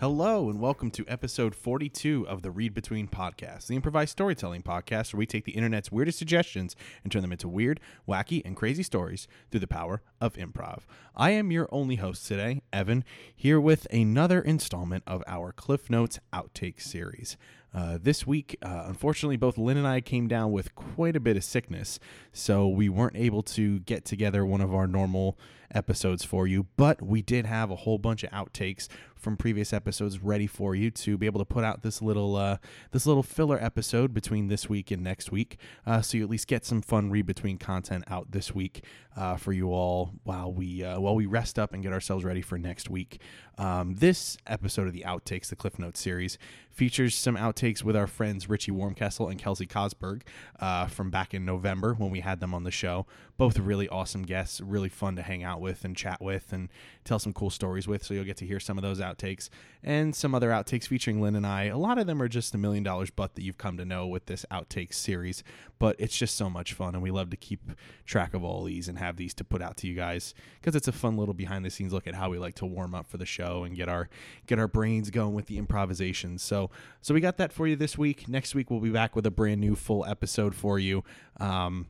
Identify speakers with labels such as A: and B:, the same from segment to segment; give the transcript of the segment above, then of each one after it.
A: Hello, and welcome to episode 42 of the Read Between podcast, the improvised storytelling podcast where we take the internet's weirdest suggestions and turn them into weird, wacky, and crazy stories through the power of improv. I am your only host today, Evan, here with another installment of our Cliff Notes Outtake series. Uh, this week, uh, unfortunately, both Lynn and I came down with quite a bit of sickness, so we weren't able to get together one of our normal episodes for you. But we did have a whole bunch of outtakes from previous episodes ready for you to be able to put out this little uh, this little filler episode between this week and next week, uh, so you at least get some fun read between content out this week uh, for you all while we uh, while we rest up and get ourselves ready for next week. Um, this episode of the outtakes, the Cliff Notes series, features some outtakes with our friends Richie Warmkessel and Kelsey Cosberg uh, from back in November when we had them on the show. Both really awesome guests, really fun to hang out with and chat with and tell some cool stories with. So you'll get to hear some of those outtakes and some other outtakes featuring Lynn and I. A lot of them are just a million dollars butt that you've come to know with this outtakes series, but it's just so much fun and we love to keep track of all these and have these to put out to you guys because it's a fun little behind the scenes look at how we like to warm up for the show and get our get our brains going with the improvisation. So so we got that for you this week. Next week we'll be back with a brand new full episode for you. Um,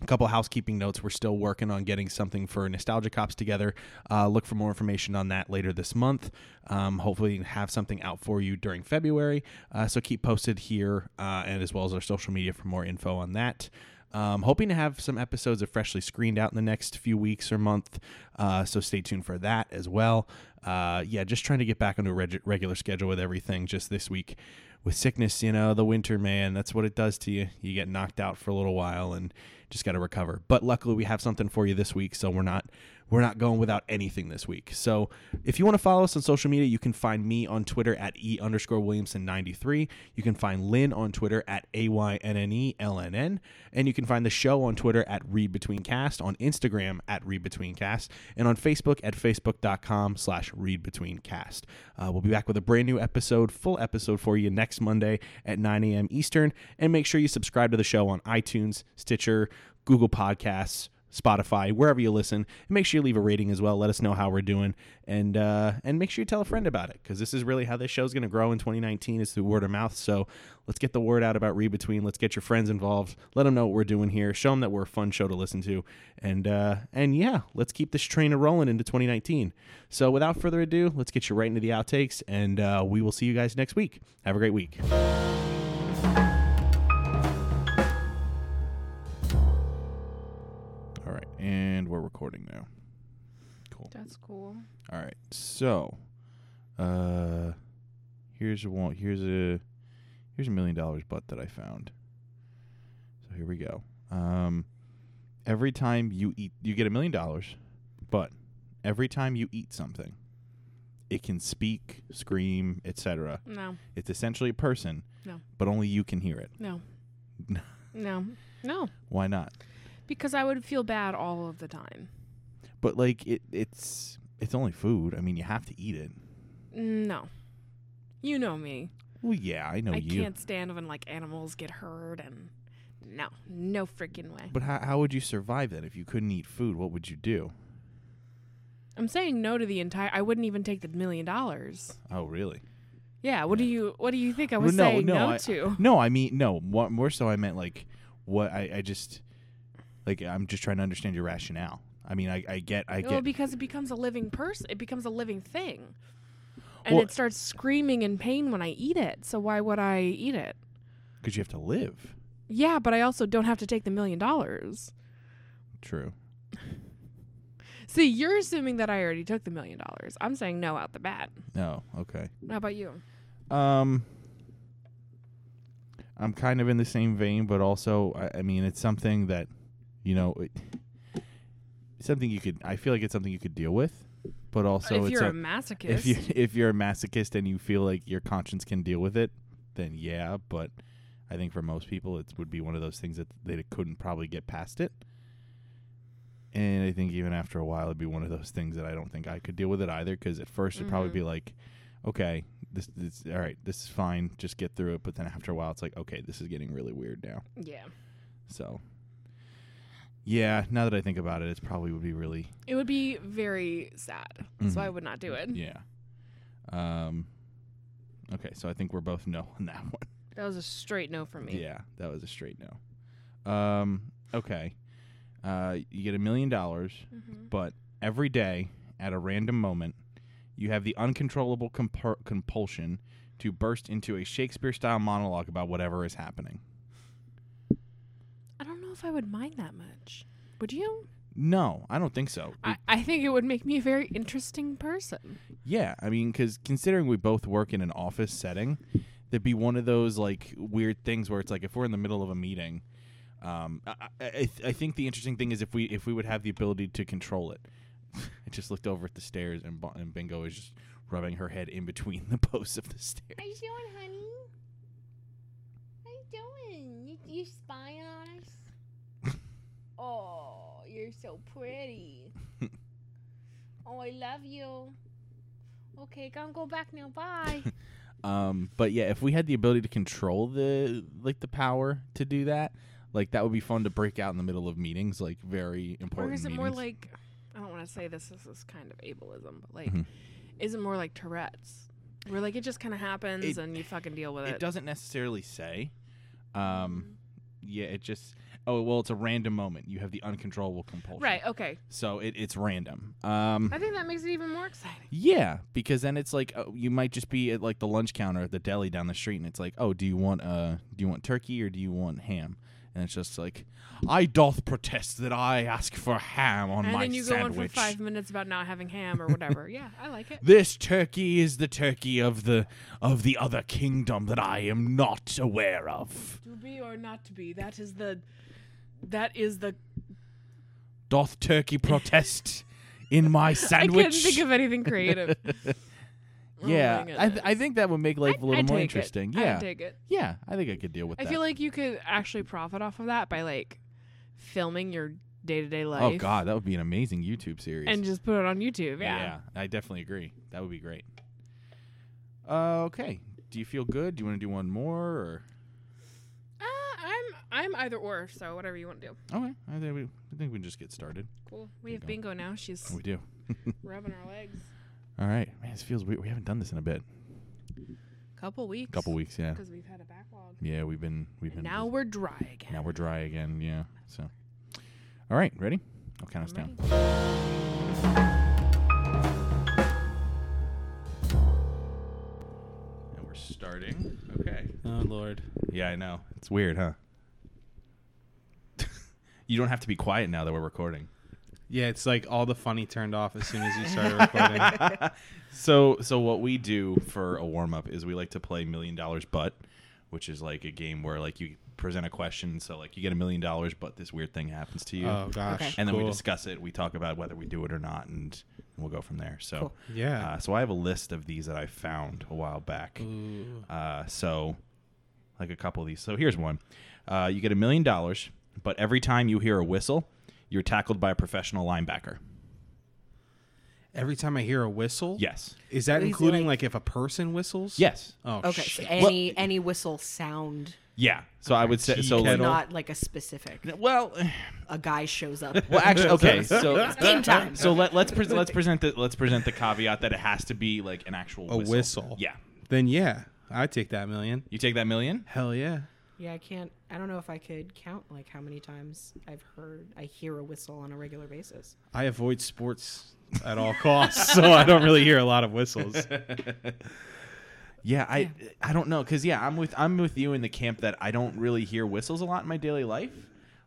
A: a couple housekeeping notes. We're still working on getting something for Nostalgia Cops together. Uh, look for more information on that later this month. Um, hopefully, have something out for you during February. Uh, so keep posted here uh, and as well as our social media for more info on that. Um, hoping to have some episodes of Freshly Screened out in the next few weeks or month. Uh, so stay tuned for that as well. Uh, yeah, just trying to get back onto a reg- regular schedule with everything just this week with sickness, you know, the winter, man, that's what it does to you. You get knocked out for a little while and just got to recover. But luckily we have something for you this week, so we're not we're not going without anything this week. So if you want to follow us on social media, you can find me on Twitter at E underscore Williamson93. You can find Lynn on Twitter at E A-Y-N-N-E-L-N-N. And you can find the show on Twitter at Read Between Cast, on Instagram at Read Between Cast, and on Facebook at Facebook.com slash Read Between Cast. Uh, we'll be back with a brand new episode, full episode for you next Monday at 9 a.m. Eastern. And make sure you subscribe to the show on iTunes, Stitcher, Google Podcasts, Spotify, wherever you listen. And make sure you leave a rating as well. Let us know how we're doing, and uh, and make sure you tell a friend about it because this is really how this show's going to grow in 2019 is through word of mouth. So let's get the word out about Read Between. Let's get your friends involved. Let them know what we're doing here. Show them that we're a fun show to listen to, and uh, and yeah, let's keep this train a rolling into 2019. So without further ado, let's get you right into the outtakes, and uh, we will see you guys next week. Have a great week. All right, and we're recording now. Cool.
B: That's cool.
A: All right. So, uh here's a one here's a here's a million dollars butt that I found. So here we go. Um every time you eat you get a million dollars, but every time you eat something, it can speak, scream, etc.
B: No,
A: It's essentially a person,
B: No.
A: but only you can hear it.
B: no, no, no.
A: Why not?
B: Because I would feel bad all of the time.
A: But like it it's it's only food. I mean, you have to eat it.
B: No. You know me.
A: Well, yeah, I know
B: I
A: you.
B: can't stand when like animals get hurt and no, no freaking way.
A: But how, how would you survive that if you couldn't eat food? What would you do?
B: I'm saying no to the entire. I wouldn't even take the million dollars.
A: Oh, really?
B: Yeah. What do you What do you think I
A: Well,
B: was
A: no,
B: saying
A: no,
B: no,
A: I-
B: to?
A: No, I mean no. More, more so, I meant like what I, I just like. I'm just trying to understand your rationale. I mean, I, I get, I
B: well,
A: get.
B: because it becomes a living person. It becomes a living thing, and
A: Well-
B: it starts screaming in pain when I eat it. So why would I eat it?
A: Because you have to live.
B: Yeah, but I also don't have to take the million dollars.
A: True.
B: See, you're assuming that I already took the million dollars. I'm saying no out the bat.
A: No. Okay.
B: How about you?
A: Um. I'm kind of in the same vein, but also, I, I mean, it's something that, you know, it, something you could. I feel like it's something you could deal with, but also
B: if
A: it's
B: you're
A: a,
B: a masochist,
A: if you if you're a masochist and you feel like your conscience can deal with it, then yeah. But I think for most people, it would be one of those things that they couldn't probably get past it. And I think even after a while, it'd be one of those things that I don't think I could deal with it either. Because at 1st it it'd probably
B: Mhm.
A: be like, okay, this this all right, this is fine, just get through it. But then after a while, it's like, okay, this is getting really weird now.
B: yeah,
A: So. Yeah, now that I think about it, it's probably would be really
B: it would be very sad. So I
A: Mhm.
B: would not do it.
A: yeah. Um, Okay, so I think we're both no on that one.
B: That was a straight no from me.
A: Yeah, that was a straight no. Um, okay. Uh, you get a million dollars,
B: Mhm.
A: but every day at a random moment, you have the uncontrollable compur- compulsion to burst into a Shakespeare style monologue about whatever is happening.
B: I don't know if I would mind that much. Would you?
A: No, I don't think so.
B: I, I think it would make me a very interesting person.
A: Yeah, I mean, because considering we both work in an office setting, there'd be one of those like weird things where it's like if we're in the middle of a meeting, um, I, I, I th- I think the interesting thing is if we if we would have the ability to control it. I just looked over at the stairs and, Bo- and Bingo is just rubbing her head in between the posts of the stairs.
C: How you doing, honey? How you doing? You, you spying on us? oh, you're so pretty. oh, I love you. Okay, gonna go back now. Bye.
A: Um, but yeah, if we had the ability to control the like the power to do that, like that would be fun to break out in the middle of meetings, like very important.
B: or is it
A: meetings.
B: more like I don't want to say this. This is kind of ableism, but like,
A: Mhm.
B: is it more like Tourette's, where like it just kind of happens
A: It-
B: and you fucking deal with it?
A: it doesn't necessarily say. Um, yeah, it just oh well, it's a random moment. You have the uncontrollable compulsion,
B: right. Okay.
A: So it, it's random. Um,
B: I think that makes it even more exciting.
A: yeah, because then it's like oh, you might just be at like the lunch counter at the deli down the street, and it's like, oh, do you want uh, do you want turkey or do you want ham? And it's just like, I doth protest that I ask for ham on
B: and
A: my
B: then you
A: sandwich.
B: go on for five minutes about not having ham or whatever. yeah, I like it.
A: This turkey is the turkey of the of the other kingdom that I am not aware of.
B: To be or not to be. That is the. That is the.
A: Doth turkey protest in my sandwich?
B: I couldn't think of anything creative. Oh my
A: Yeah, I, th- I
B: goodness.
A: think that would make life a little
B: I'd
A: more
B: take it.
A: interesting.
B: I'd
A: Yeah,
B: take it.
A: yeah, I think I could deal with
B: I
A: that.
B: feel like you could actually profit off of that by like filming your day to day life.
A: oh god, that would be an amazing YouTube series.
B: And just put it on YouTube. Yeah.
A: I definitely agree. That would be great. Uh, okay, do you feel good? Do you want to do one more? Or?
B: Uh, I'm I'm either or, so whatever you want to do.
A: Okay, I think we I think we can just get started.
B: Cool. We have
A: There you
B: bingo now. She's
A: We do.
B: rubbing our legs.
A: All right, man, this feels weird. We haven't done this in a bit.
B: Couple weeks.
A: Couple weeks, yeah,
B: Because we've had a backlog.
A: yeah. We've been we've been
B: And now
A: busy.
B: we're dry again.
A: now we're dry again. Yeah. So, all right, ready? I'll count us
B: I'm
A: down.
B: ready.
A: And we're starting. Okay.
D: Oh Lord.
A: Yeah, I know. It's weird, huh? you don't have to be quiet now that we're recording.
D: Yeah, it's like all the funny turned off as soon as you started recording.
A: So, so what we do for a warm up is we like to play Million Dollars But, which is like a game where like you present a question. So like you get a million dollars, but this weird thing happens to you,
D: oh gosh.
B: Okay.
A: and then we
D: cool.
A: discuss it. We talk about whether we do it or not, and we'll go from there. So,
D: Yeah.
A: uh, so I have a list of these that I found a while back.
D: Ooh.
A: Uh, so, like a couple of these. So here's one. Uh, you get a million dollars, but every time you hear a whistle, you're tackled by a professional linebacker.
D: Every time I hear a whistle.
A: Yes.
D: Is that
E: Is it
D: including
E: like-
D: like, if a person whistles?
A: Yes.
D: Oh
E: Okay, so
D: shit.
E: any any whistle sound,
A: Yeah. So I would say so.
D: Tea
A: Like,
D: kettle.
E: not like a specific.
A: well,
E: A guy shows up.
A: well, actually, okay. So
E: Game time.
A: so let, let's pre- let's present the let's present the caveat that it has to be like an actual
D: A
A: whistle.
D: whistle.
A: Yeah.
D: Then yeah, I take that million.
A: You take that million.
D: Hell yeah.
E: Yeah, I can't. I don't know if I could count like how many times I've heard I hear a whistle on a regular basis.
D: I avoid sports at all costs, so I don't really hear a lot of whistles.
A: Yeah, I I don't know because yeah, I'm with I'm with you in the camp that I don't really hear whistles a lot in my daily life,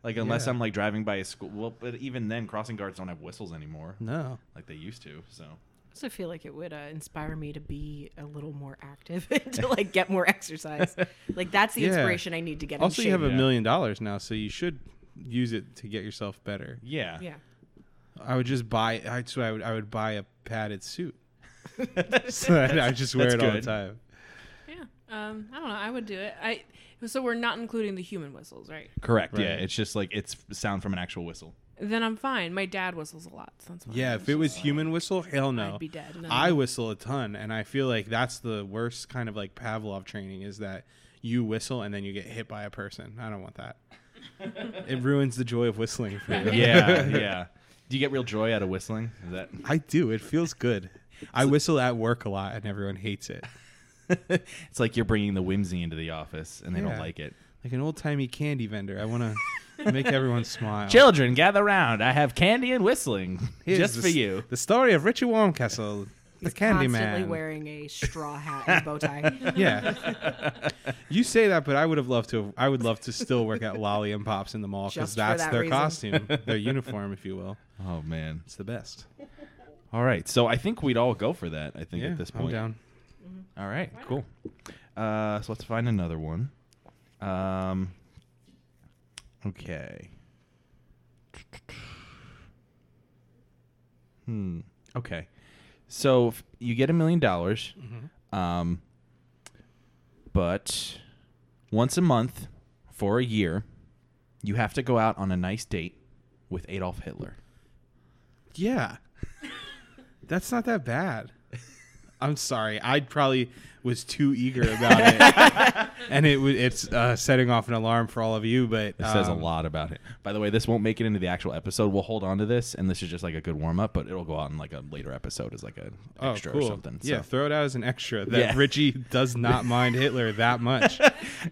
A: like unless
D: Yeah.
A: I'm like driving by a school. Well, but even then, crossing guards don't have whistles anymore
D: No.
A: like they used to. So
E: I also feel like it would uh, inspire me to be a little more active and to like get more exercise. Like that's the
D: Yeah.
E: inspiration I need to get.
D: Also,
E: in
D: you have
E: shape.
D: a
A: Yeah.
D: million dollars now, so you should use it to get yourself better.
A: yeah,
E: yeah.
D: I would just buy. I so I would. I would buy a padded suit. so that I just wear
A: That's
D: it all the
A: good.
D: time.
B: Yeah. Um, I don't know. I would do it. I so we're not including the human whistles, right?
A: correct. Yeah,
D: Right.
A: it's just like it's sound from an actual whistle.
B: Then I'm fine. My dad whistles a lot. So that's why
D: Yeah, if it was human whistle, hell no.
B: I'd be dead. No.
D: I whistle a ton, and I feel like that's the worst kind of like Pavlov training is that you whistle and then you get hit by a person. I don't want that. it ruins the joy of whistling for me.
A: Yeah, yeah. Do you get real joy out of whistling? Is that
D: I do. It feels good. I whistle at work a lot, and everyone hates it.
A: it's like you're bringing the whimsy into the office, and they don't
D: Yeah.
A: like it.
D: like an old timey candy vendor. I want to make everyone smile.
A: Children, gather round. I have candy and whistling
D: Here's
A: just
D: the
A: for
D: s-
A: you.
D: The story of Richie Warmcastle, the candy
E: Constantly
D: man.
E: wearing a straw hat and bow tie.
D: yeah. you say that, but I would have loved to. I would love to still work at Lolly and Pops in the mall
E: Just
D: because
E: for
D: that's
E: that
D: their
E: reason.
D: costume, their uniform, if you will.
A: Oh man.
D: It's the best.
A: All right. So I think we'd all go for that. I think
D: yeah,
A: at this
D: I'm
A: point.
D: down.
A: All right. Cool. Uh, so let's find another one. Um. Okay. Hmm. Okay. So if you get a million dollars. Um. But once a month for a year, you have to go out on a nice date with Adolf Hitler.
D: Yeah. That's not that bad. I'm sorry. I probably was too eager about it. and it wa- it's uh, setting off an alarm for all of you, but
A: It says a
D: um,
A: lot about it. By the way, this won't make it into the actual episode. We'll hold on to this, and this is just like a good warm up, but it'll go out in like a later episode as like a
D: oh,
A: extra
D: cool.
A: or something.
D: Yeah,
A: So.
D: throw it out as an extra that
A: Yeah.
D: Richie does not mind Hitler that much.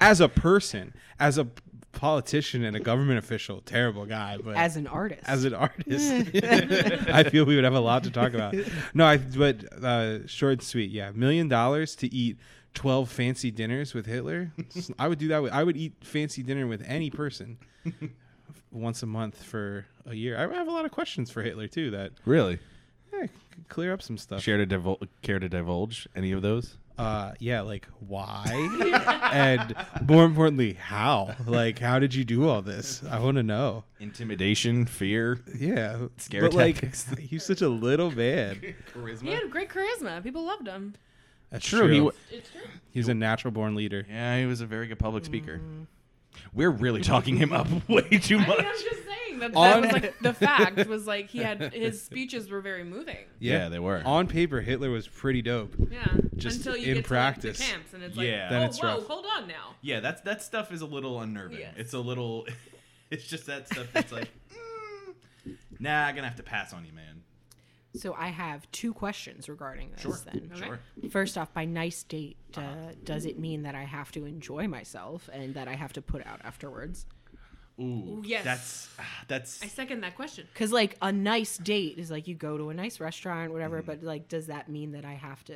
D: as a person, as a p- politician and a government official, terrible guy, but
E: As an artist.
D: as an artist, I feel we would have a lot to talk about. No, I but uh, short and sweet. Yeah, million dollars to eat twelve fancy dinners with Hitler. S- I would do that. With, I would eat fancy dinner with any person once a month for a year. I have a lot of questions for Hitler too. That
A: Really?
D: eh, could clear up some stuff.
A: Share to divul- care to divulge any of those?
D: Uh, yeah, like why, and more importantly, how? Like, how did you do all this? I want to know.
A: Intimidation, fear,
D: Yeah,
A: Scare
D: but
A: tactics.
D: like, he's such a little man.
B: He had great charisma. People loved him.
D: That's
A: True, he w-
B: It's true.
D: He's a natural born leader.
A: Yeah, he was a very good public speaker. Mm. We're really talking him up way too
B: I mean,
A: much.
B: I'm just saying that that was like the fact was like he had his speeches were very moving.
A: Yeah, they were.
D: On paper, Hitler was pretty dope.
B: Yeah.
D: Just
B: Until you
D: in
B: get
D: practice.
B: to like, the camps and it's like,
A: Yeah.
D: Then
B: oh,
D: it's
B: whoa,
D: rough.
B: hold on now.
A: yeah, that's that stuff is a little unnerving.
B: Yes.
A: It's a little. It's just that stuff that's like, mm, nah, I'm gonna have to pass on you, man.
E: so I have two questions regarding this
A: Sure.
E: then.
B: Okay.
A: Sure.
E: First off, by nice date, uh, does it mean that I have to enjoy myself and that I have to put out afterwards?
A: Ooh,
B: yes.
A: That's ah, that's
B: I second that question.
E: Because like a nice date is like you go to a nice restaurant, whatever.
D: Mm-hmm.
E: But like, does that mean that I have to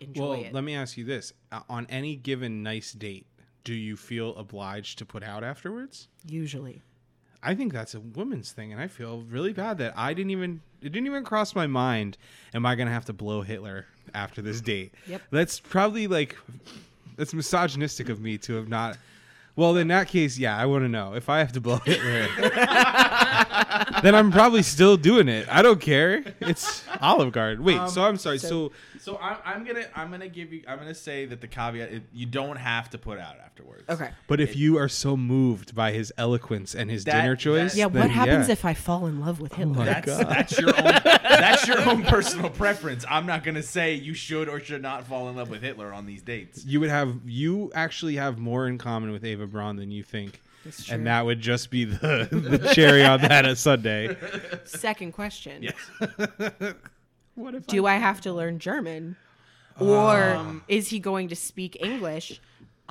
E: enjoy
D: Well,
E: it?
D: let me ask you this: Uh, on any given nice date, do you feel obliged to put out afterwards?
E: Usually,
D: I think that's a woman's thing, and I feel really bad that I didn't even it didn't even cross my mind. Am I gonna have to blow Hitler after this date?
E: Yep.
D: That's probably like that's misogynistic of me to have not. Well, in that case, yeah, I want to know if I have to blow Hitler. then I'm probably still doing it. I don't care. It's Olive Garden.
A: Um,
D: Wait, so I'm sorry. So,
A: So I'm, I'm gonna I'm gonna give you I'm gonna say that the caveat it, you don't have to put out afterwards.
E: okay.
D: but if you are so moved by his eloquence and his
A: That-
D: dinner choice,
A: that-
E: Yeah.
D: then
E: what happens
D: yeah.
E: if I fall in love with Hitler?
D: my-
A: That's
D: God.
A: that's your own that's your own personal preference. I'm not gonna say you should or should not fall in love with Hitler on these dates.
D: you would have you actually have more in common with Ava Braun than you think. And that would just be the, the cherry on that a Sunday.
E: Second question:
D: What if
E: Do I have to learn German, or is he going to speak English?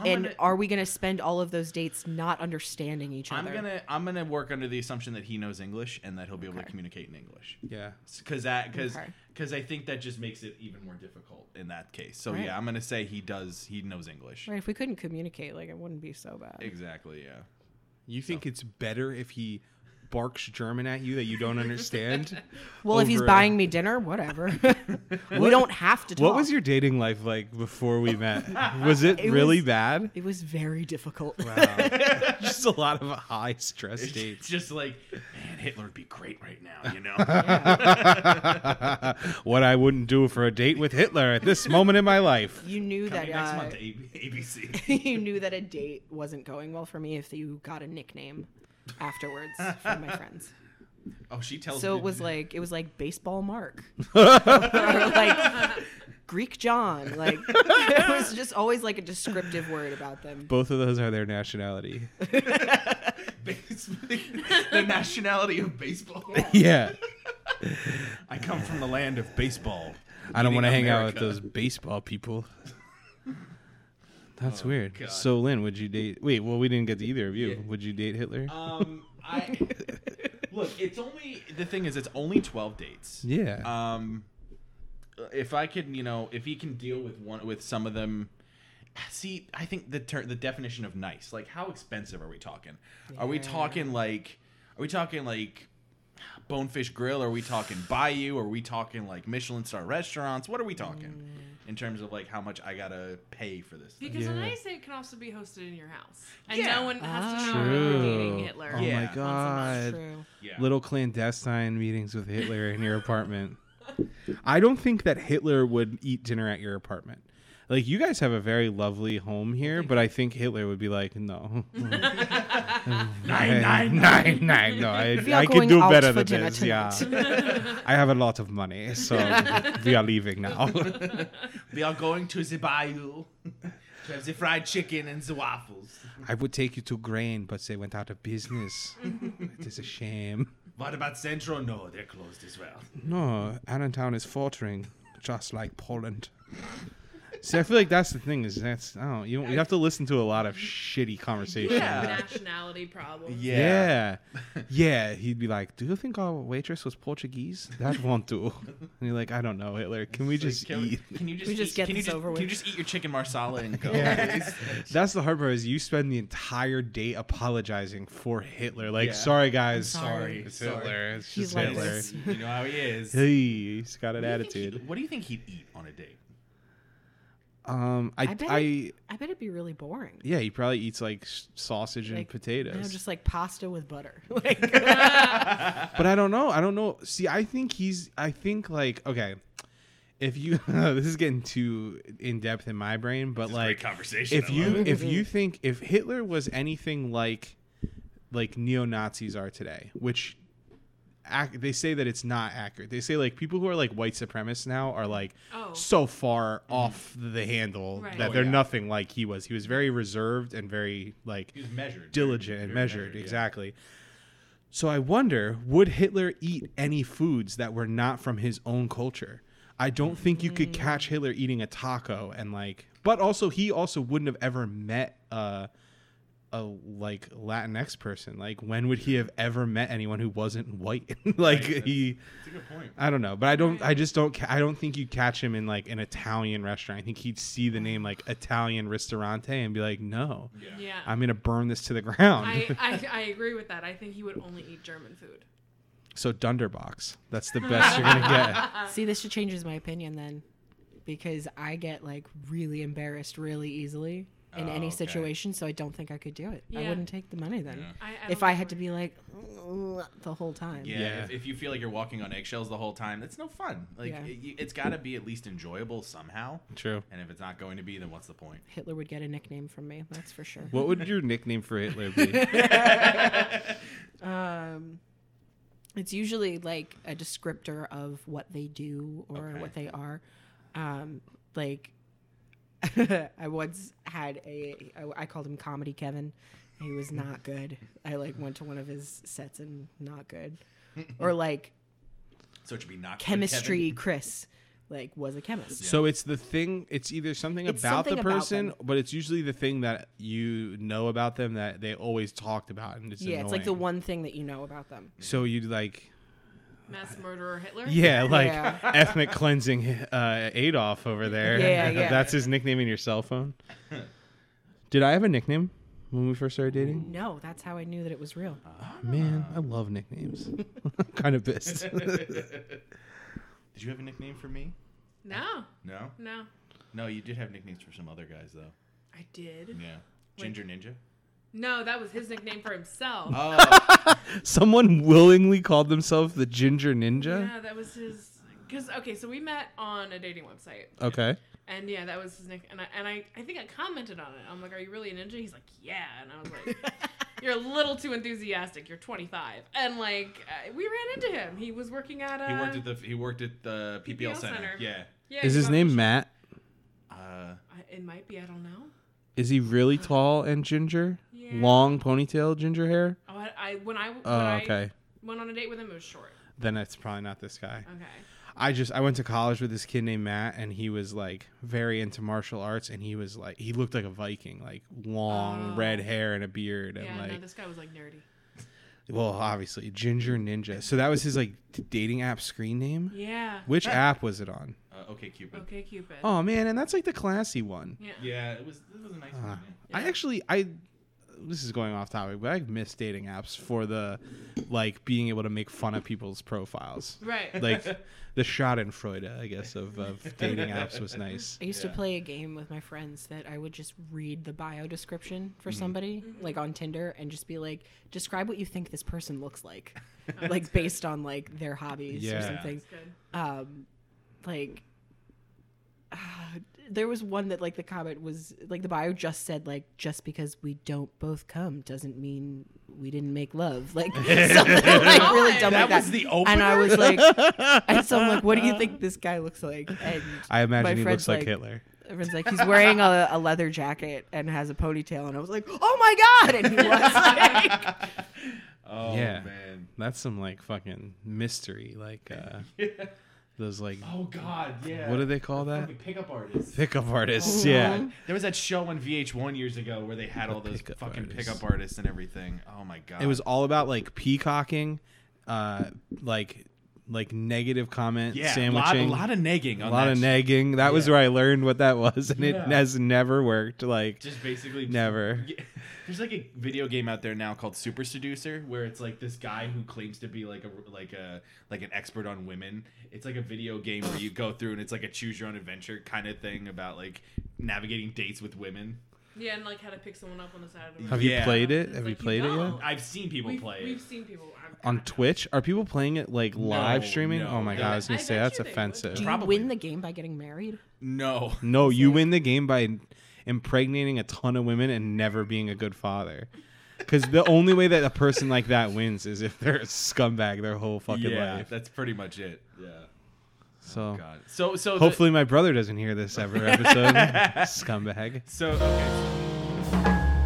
E: and
A: gonna-
E: are we going to spend all of those dates not understanding each
A: I'm
E: other?
A: gonna I'm gonna work under the assumption that he knows English and that he'll be able to communicate in English.
D: Yeah.
A: Because that because
E: Okay.
A: because I think that just makes it even more difficult in that case. So
E: Right.
A: yeah, I'm gonna say he does he knows English.
E: Right, if we couldn't communicate, like it wouldn't be so bad.
A: Exactly. Yeah.
D: You think it's better if he barks German at you that you don't understand?
E: Well, if he's
D: over- uh,
E: buying me dinner, whatever. we don't have to talk.
D: what was your dating life like before we met? Was it, really
E: was-
D: bad?
E: It was very difficult.
D: Just a lot of high stress dates.
A: It's just like man, Hitler would be great right now. You know.
D: what I wouldn't do for a date with Hitler at this moment in my life.
E: You knew that uh,
A: ABC.
E: you knew that a date wasn't going well for me if you got a nickname afterwards from my friends.
A: oh, she tells.
E: So it was like it was like baseball Mark, or like Greek John. Like it was just always like a descriptive word about them.
D: Both of those are their nationality.
A: the nationality of baseball.
D: Yeah.
A: I come from the land of baseball.
D: I don't
A: Meaning
D: want to hang out
A: America.
D: with those baseball people.
A: Oh,
D: That's weird. So, Lynn, would you date? Wait, well, we didn't get to either of you. Would you date Hitler?
A: Um, I look. It's only the thing is, it's only twelve dates.
D: yeah.
A: Um, if I could, you know, if he can deal with one with some of them. See, I think the ter- the definition of nice, like how expensive are we talking? Are we talking like, are we talking like Bonefish Grill? Are we talking Bayou? Are we talking like Michelin star restaurants? What are we talking in terms of like how much I gotta pay for this? Thing?
B: Because
D: Yeah.
B: an ice date can also be hosted in your house, and
A: Yeah.
B: no one has to
E: Ah.
B: know you're dating
D: True.
B: Hitler.
D: Oh
A: Uh, Yeah.
D: my god.
E: True.
A: Yeah,
D: Little clandestine meetings with Hitler in your apartment. I don't think that Hitler would eat dinner at your apartment. Like you guys have a very lovely home here, but I think Hitler would be like, no,
A: nine, nine,
D: nine, nine. No, I,
E: We are
D: I can
E: going
D: do
E: out
D: better
E: for
D: than
E: dinner
D: this. Yeah, I have a lot of money, so we are leaving now.
A: We are going to the bayou to have the fried chicken and the waffles.
D: I would take you to Grain, but they went out of business. it is a shame.
A: What about Centro? No, they're closed as well.
D: No, Allentown is faltering, just like Poland. See, I feel like that's the thing is that's I don't you, you have to listen to a lot of shitty conversation.
A: Yeah.
B: Nationality problem.
D: Yeah. Yeah. He'd be like, Do you think our waitress was Portuguese? That won't do. And you're like, I don't know, Hitler. Can we just
A: can,
D: eat?
A: We, can you just,
E: We just
A: eat,
E: get
A: can you
E: this
A: just,
E: over
A: Can
E: with.
A: you just eat your chicken marsala and go?
D: Yeah.
A: please?
D: That's the hard part is you spend the entire day apologizing for Hitler. Like,
A: Yeah.
D: sorry guys.
A: sorry.
D: It's
A: Sorry.
D: Hitler. It's
E: He's
D: just
E: like
D: Hitler.
E: this.
A: You know how he is.
D: Hey, he's got an
A: What do you think he'd-
D: attitude.
A: what do you think he'd eat on a date?
D: Um I
E: I bet
D: I,
E: it- I bet it'd be really boring.
D: yeah, he probably eats like s- sausage and
E: Like,
D: potatoes.
E: You know, just like pasta with butter. Like,
D: But I don't know. I don't know. See, I think he's. I think like okay, if you this is getting too in depth in my brain, but
A: This is great
D: like
A: conversation.
D: if
A: I love
D: you
A: it.
D: if
B: Mm-hmm.
D: you think if Hitler was anything like like neo Nazis are today, which ac- they say that it's not accurate. They say like people who are like white supremacists now are like
B: Oh.
D: so far off the handle
B: Right.
D: that
B: Oh,
D: they're
A: Mm-hmm. yeah.
D: nothing like he was. He was very reserved and very like
A: he was measured,
D: diligent and
A: Very
D: measured,
A: yeah.
D: exactly so i wonder would hitler eat any foods that were not from his own culture i don't think you could catch hitler eating a taco and like but also he also wouldn't have ever met uh a like Latinx person. Like, when would he have ever met anyone who wasn't white? like,
A: Right,
D: he,
A: That's a good point.
D: I don't know, but I don't. I just don't. ca- I don't think you'd catch him in like an Italian restaurant. I think he'd see the name like Italian Ristorante and be like, "No,
A: Yeah.
B: Yeah.
D: I'm gonna burn this to the ground."
B: I, I, I agree with that. I think he would only eat German food.
D: So Dunderbox. That's the best you're gonna
E: see, this should changes my opinion then, because I get like really embarrassed really easily in
A: Oh,
E: any
A: okay.
E: situation, so I don't think I could do it. I
B: Yeah.
E: wouldn't take the money then.
A: Yeah.
B: I, I
E: If
B: don't
E: I
B: think
E: had to
B: we're-
E: be like "Ugh," the whole time.
A: Yeah,
D: Yeah.
A: If, if you feel like you're walking on eggshells the whole time, that's no fun. Like
E: Yeah.
A: it, you- it's got to be at least enjoyable somehow.
D: get. True.
A: And if it's not going to be, then what's the point?
E: Hitler would get a nickname from me. That's for sure.
D: What would your nickname for Hitler be?
E: Um, it's usually like a descriptor of what they do or
A: Okay.
E: what they are. Um, like I once had a, I, I called him Comedy Kevin. He was not good. I like went to one of his sets and not good. Or like
A: So it should be not good,
E: chemistry
A: Kevin.
E: Chris, like was a chemist.
D: So it's the thing. It's either something
E: It's
D: about
E: something
D: the
E: about
D: person,
E: them.
D: but it's usually the thing that you know about them that they always talked about, and it's
E: yeah, it's like the
D: annoying.
E: one thing that you know about them.
D: So you'd like,
B: mass murderer Hitler.
D: yeah, like
E: Yeah.
D: ethnic cleansing uh, Adolf over there.
E: Yeah, yeah.
D: That's his nickname in your cell phone. Did I have a nickname when we first started dating?
E: No, that's how I knew that it was real.
D: Man, I love nicknames. I'm kind of pissed.
A: Did you have a nickname for me?
B: No,
A: No.
B: no,
A: No, you did have nicknames for some other guys though.
B: I did.
A: Yeah. Ginger Ninja.
B: No, that was his nickname for himself.
A: Oh,
D: Someone willingly called themselves the Ginger Ninja.
B: yeah, that was his. Because okay, so we met on a dating website,
D: Okay.
B: and yeah, that was his nick. And I, and I, I think I commented on it. I'm like, "Are you really a ninja?" He's like, "Yeah," and I was like, "You're a little too enthusiastic. You're 25." And like, uh, we ran into him. He was working at a.
A: he worked at the he worked at the PPL,
B: PPL
A: center.
B: center.
A: Yeah.
B: yeah,
D: Is
B: he
D: his
B: got-
D: name Matt?
A: Uh,
B: I- It might be. I don't know.
D: Is he really tall and ginger?
B: Yeah.
D: Long ponytail, ginger hair?
B: Oh, I, I when I when
D: Oh,
B: I
D: okay.
B: went on a date with him, it was short.
D: Then it's probably not this guy.
B: Okay.
D: I just I went to college with this kid named Matt, and he was like very into martial arts, and he was like he looked like a Viking, like long
B: Oh.
D: red hair and a beard, and
B: Yeah,
D: like
B: no, this guy was like nerdy.
D: well, obviously Ginger Ninja. So that was his like t- dating app screen name.
B: Yeah.
D: Which app was it on?
F: Uh, okay, Cupid.
B: Okay, Cupid.
D: Oh man, and that's like the classy one.
B: Yeah.
F: Yeah, it was. It was a nice
D: Uh,
F: one.
D: I actually I this is going off topic, but I miss dating apps for the like being able to make fun of people's profiles.
B: Right.
D: Like the Schadenfreude, I guess, of, of dating apps was nice.
E: I used
F: Yeah.
E: to play a game with my friends that I would just read the bio description
F: Mm-hmm.
E: for somebody, like on Tinder, and just be like, describe what you think this person looks like, like based on like their hobbies or
D: Yeah.
E: something.
B: That's good.
E: Um, like, ah, there was one that like the comment was like the bio just said like just because we don't both come doesn't mean we didn't make love like something like really dumb like
F: That
E: that
F: was the opener.
E: and I was like, and so I'm like, what do you think this guy looks like? And
D: I
E: My
D: imagine he
E: friend's
D: looks like,
E: like-
D: Hitler.
E: everyone's like, he's wearing a, a leather jacket and has a ponytail. And I was like, oh my God. And he was like,
F: oh
D: Yeah.
F: man.
D: That's some like fucking mystery, like uh those like
F: Oh god. Yeah.
D: what do they call that?
F: Fucking pickup artists.
D: Pickup
E: Oh.
D: artists, yeah.
F: God. There was that show on VH1 years ago where they had all those
D: pickup
F: fucking
D: artists.
F: pickup artists and everything. Oh my god.
D: It was all about like peacocking, uh like like negative comment
F: yeah. A lot, a
D: sandwiching.
F: lot of negging.
D: a
F: on
D: lot
F: that
D: of
F: show.
D: nagging. That was
F: Yeah.
D: where I learned what that was, and
F: Yeah.
D: it has never worked. Like,
F: Just basically
D: never.
F: Yeah. There's like a video game out there now called Super Seducer, where it's like this guy who claims to be like a like a like an expert on women. It's like a video game where you go through and it's like a choose your own adventure kind of thing about like navigating dates with women.
B: Yeah, and like how to pick someone up on the side of the road.
D: Have
F: you Yeah.
D: played it?
B: It's
D: Have you played it yet?
B: know.
F: I've seen people
B: we've,
F: play it.
B: We've seen people I'm-
D: on Twitch, are people playing it like live
F: No,
D: streaming?
F: no.
D: oh my god, I was gonna
B: I
D: say
B: bet
D: that's
B: you they would.
D: offensive.
E: do you
F: Probably.
E: win the game by getting married?
F: No.
D: No, you win the game by impregnating a ton of women and never being a good father. Because the only way that a person like that wins is if they're a scumbag their whole fucking
F: yeah,
D: life.
F: that's pretty much it. Yeah.
D: So
F: God. So so the-
D: hopefully my brother doesn't hear this ever episode. scumbag.
F: so okay.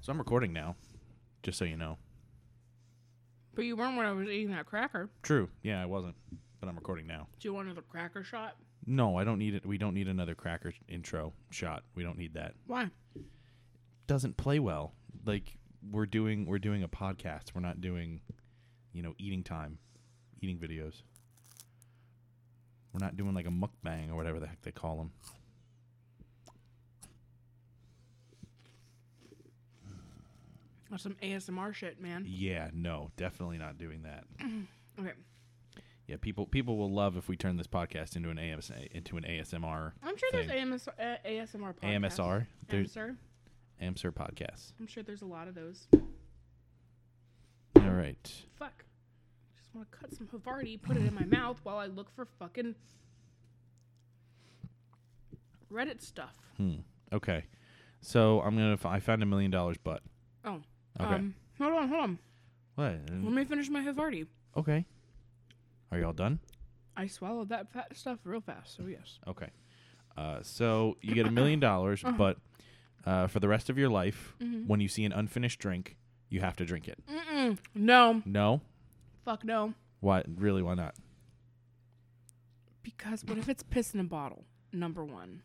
A: So I'm recording now, just so you know.
B: But you weren't when I was eating that cracker.
A: True. Yeah, I wasn't, but I'm recording now.
B: Do you want another cracker shot?
A: No, I don't need it. We don't need another cracker intro shot. We don't need that.
B: Why?
A: Doesn't play well. Like we're doing, we're doing a podcast. We're not doing, you know, eating time, eating videos. We're not doing like a mukbang or whatever the heck they call them.
B: That's some ASMR shit, man.
A: Yeah, no, definitely not doing that.
B: Okay.
A: Yeah, people people will love if we turn this podcast into an AMS into an ASMR
B: I'm sure
A: there's
B: there's AMS, ASMR podcasts.
A: AMSR. There's
B: AMSR.
A: AMSR podcasts.
B: I'm sure there's a lot of those.
A: All right.
B: Fuck. Just want to cut some Havarti, put it in my mouth while I look for fucking Reddit stuff.
A: Hmm. Okay. So I'm gonna. F- I found a million dollars, but
B: Oh.
A: Okay.
B: Um, hmm. hold on, hold on.
A: what?
B: Let me finish my Havarti.
A: Okay. Are y'all done?
B: I swallowed that fat stuff real fast, so yes.
A: Okay. Uh, so you get a million dollars,
B: Uh-huh.
A: but uh, for the rest of your life,
B: Mm-hmm.
A: when you see an unfinished drink, you have to drink it.
B: Mm-mm. No.
A: No.
B: Fuck no.
A: Why? Really? Why not?
B: Because what if it's piss in a bottle? Number one.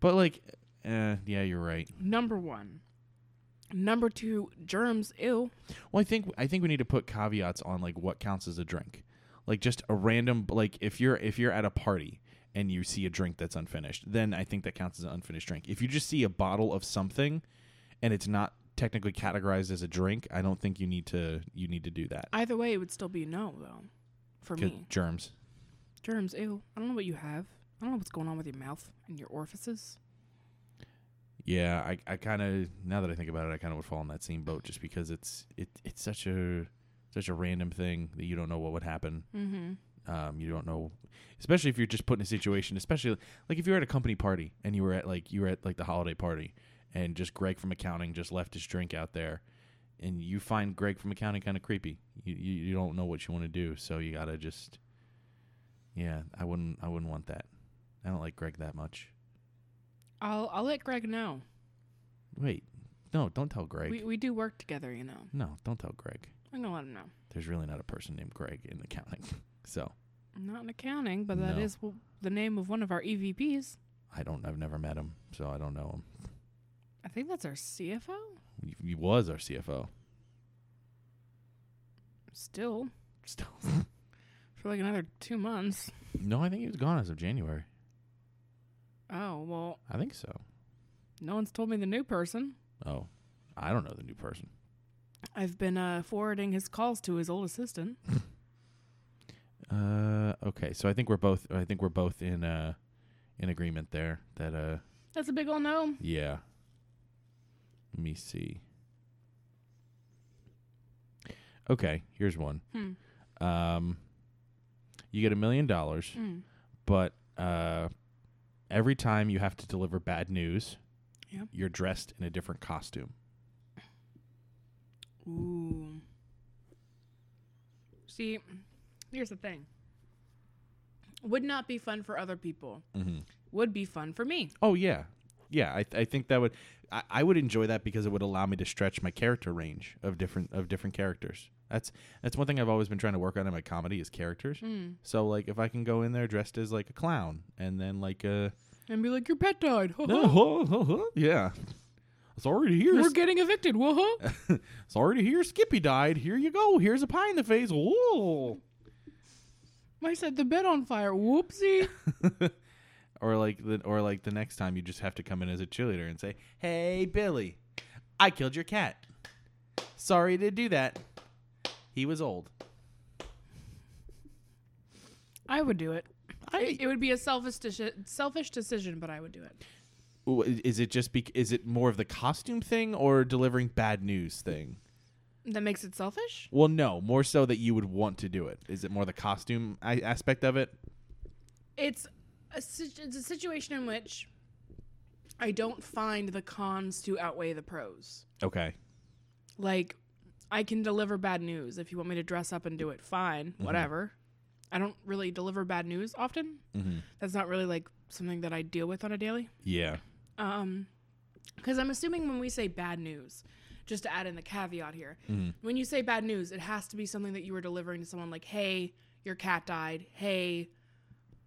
A: But like, uh, yeah, you're right.
B: Number one. Number two, germs. Ew.
A: Well, I think I think we need to put caveats on like what counts as a drink. Like just a random like if you're if you're at a party and you see a drink that's unfinished, then I think that counts as an unfinished drink. If you just see a bottle of something and it's not technically categorized as a drink, I don't think you need to you need to do that.
B: Either way, it would still be a no, though. For
A: 'Cause
B: me.
A: germs.
B: Germs. Ew. I don't know what you have. I don't know what's going on with your mouth and your orifices.
A: Yeah, I, I kind of now that I think about it, I kind of would fall in that same boat just because it's it it's such a such a random thing that you don't know what would happen.
B: Mm-hmm.
A: um, you don't know especially if you're just put in a situation especially like if you're at a company party and you were at like you were at like the holiday party and just greg from accounting just left his drink out there and you find greg from accounting kind of creepy you, you you don't know what you want to do so you gotta just yeah i wouldn't i wouldn't want that i don't like greg that much
B: I'll I'll let Greg know.
A: wait No, don't tell Greg.
B: We, we do work together, you know.
A: no, don't tell Greg.
B: I'm gonna let him know.
A: There's really not a person named Greg in accounting. So
B: Not in accounting, but that
A: No.
B: is w the name of one of our E EVPs.
A: I don't. I've never met him, so I don't know
B: I think that's our CFO.
A: him. He, he was our CFO.
B: Still
A: Still,
B: for like another two months.
A: no, I think he was gone as of January.
B: Oh well,
A: I think so.
B: no one's told me the new person.
A: Oh, I don't know the new person.
B: I've been uh, forwarding his calls to his old assistant.
A: Uh, okay. So I think we're both. I think we're both in uh, in agreement there. That uh,
B: That's a big old no.
A: yeah. Let me see. Okay, here's one.
B: Hmm.
A: Um, you get a million dollars,
B: Mm.
A: but uh, every time you have to deliver bad news,
B: Yep.
A: you're dressed in a different costume.
B: Ooh. See, here's the thing. Would not be fun for other people.
A: Mm-hmm.
B: Would be fun for me.
A: Oh yeah, yeah. I, th- I think that would I, I would enjoy that because it would allow me to stretch my character range of different of different characters. That's that's one thing I've always been trying to work on in my comedy is characters.
B: Mm.
A: So like if I can go in there dressed as like a clown and then like a
B: And be like, your pet died.
A: yeah. Sorry to hear.
B: We're getting evicted. Whoa.
A: Sorry to hear. Skippy died. Here you go. Here's a pie in the face. Whoa.
B: I set the bed on fire. Whoopsie.
A: or like the or like the next time you just have to come in as a cheerleader and say, "Hey Billy, I killed your cat. Sorry to do that. He was old."
B: I would do it.
A: I
B: It would be a selfish deci- selfish decision, but I would do it.
A: Ooh, i- is it just bec is it more of the costume thing or delivering bad news thing?
B: That makes it selfish?
A: Well, no, more so that you would want to do it. Is it more the costume I- aspect of it?
B: It's a, si- it's a situation in which I don't find the cons to outweigh the pros.
A: Okay.
B: Like, I can deliver bad news. If you want me to dress up and do it, fine, whatever. I don't really deliver bad news often.
A: Mhm.
B: That's not really like something that I deal with on a daily.
A: Yeah.
B: Um, because I'm assuming when we say bad news, just to add in the caveat here, when you say bad news, it has to be something that you were delivering to someone like, "Hey, your cat died. Hey,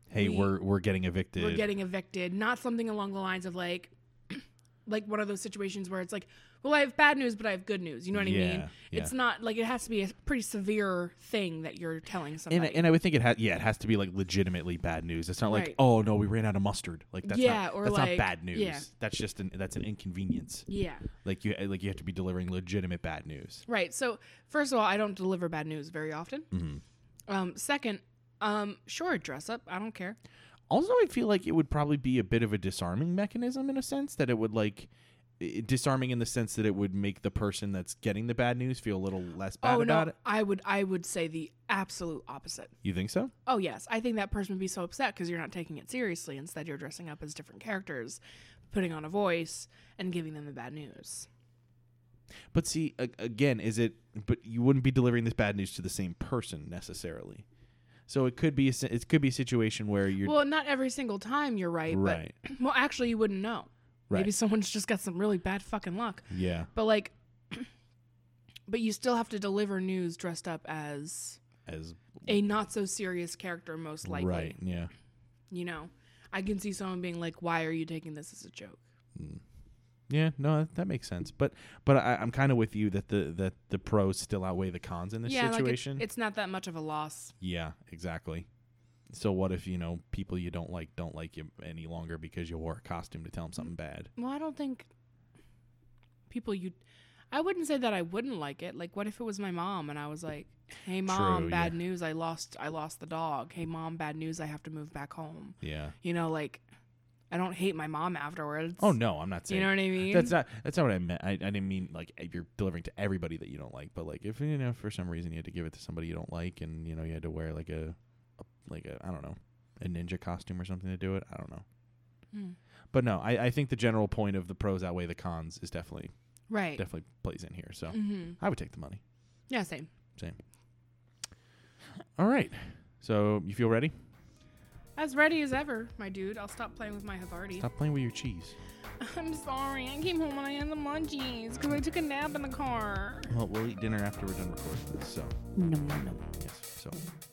A: Hey,
B: We-
A: we, are we're getting evicted.
B: we're getting evicted." Not something along the lines of like, like one of those situations where it's like, "Well, I have bad news, but I have good news." You know what I mean?
A: Yeah, yeah.
B: It's not like it has to be a pretty severe thing that you're telling
A: and, I-
B: somebody.
A: and I would think it has yeah, it has to be like legitimately bad news. It's not like,
B: Right.
A: "Oh, no, we ran out of mustard." Like that's
B: Yeah,
A: not
B: or
A: that's
B: like-
A: not bad news.
B: yeah.
A: That's just an that's an inconvenience.
B: yeah.
A: Like you like you have to be delivering legitimate bad news.
B: Right. So, first of all, I don't deliver bad news very often.
A: Mhm.
B: Um, second, um, sure, dress up. I don't care.
A: Also, I feel like it would probably be a bit of a disarming mechanism in a sense that it would like i- disarming in the sense that it would make the person that's getting the bad news feel a little less bad
B: oh
A: about
B: no,
A: it.
B: I would I would say the absolute opposite.
A: You think so?
B: Oh yes, I think that person would be so upset because you're not taking it seriously. Instead, you're dressing up as different characters, putting on a voice, and giving them the bad news.
A: But see, a- again, is it? But you wouldn't be delivering this bad news to the same person necessarily. So it could be a, si- it could be a situation where you're
B: well, not every single time you're right,
A: right,
B: but well, actually, you wouldn't know. Maybe
A: Right.
B: someone's just got some really bad fucking luck.
A: yeah,
B: But like, but you still have to deliver news dressed up as
A: as
B: a not so serious character, most likely.
A: right, yeah.
B: You know, I can see someone being like, "Why are you taking this as a joke?"
A: Yeah, no, that- that makes sense. But but I, I'm kind of with you that the that the pros still outweigh the cons in this
B: like, it-
A: situation.
B: it's not that much of a loss.
A: yeah, exactly. So what if you know people you don't like don't like you any longer because you wore a costume to tell them something bad?
B: Well, I don't think people you. I wouldn't say that I wouldn't like it. Like, what if it was my mom and I was like, "Hey, mom,
A: True,
B: bad
A: yeah.
B: news. I lost. I lost the dog. Hey, mom, bad news. I have to move back home."
A: Yeah.
B: You know, like, I don't hate my mom afterwards.
A: Oh no, I'm not
B: you
A: saying.
B: know what I mean?
A: that's not that's not what I meant. I, I didn't mean like eh, you're delivering to everybody that you don't like, but like if you know for some reason you had to give it to somebody you don't like, and you know you had to wear like a, a like a I don't know a ninja costume or something to do it. I don't know,
B: Hmm.
A: but no, I, I think the general point of the pros outweigh the cons is definitely
B: right.
A: definitely plays in here. So
B: Mm-hmm.
A: I would take the money.
B: Yeah, same.
A: All right, so you feel ready?
B: As ready as ever, my dude. I'll stop playing with my Havarti.
G: Stop playing with your cheese.
B: I'm sorry. I came home and I had the munchies because I took a nap in the car.
A: Well, we'll eat dinner after we're done recording this. So
H: No, no, no.
A: yes. So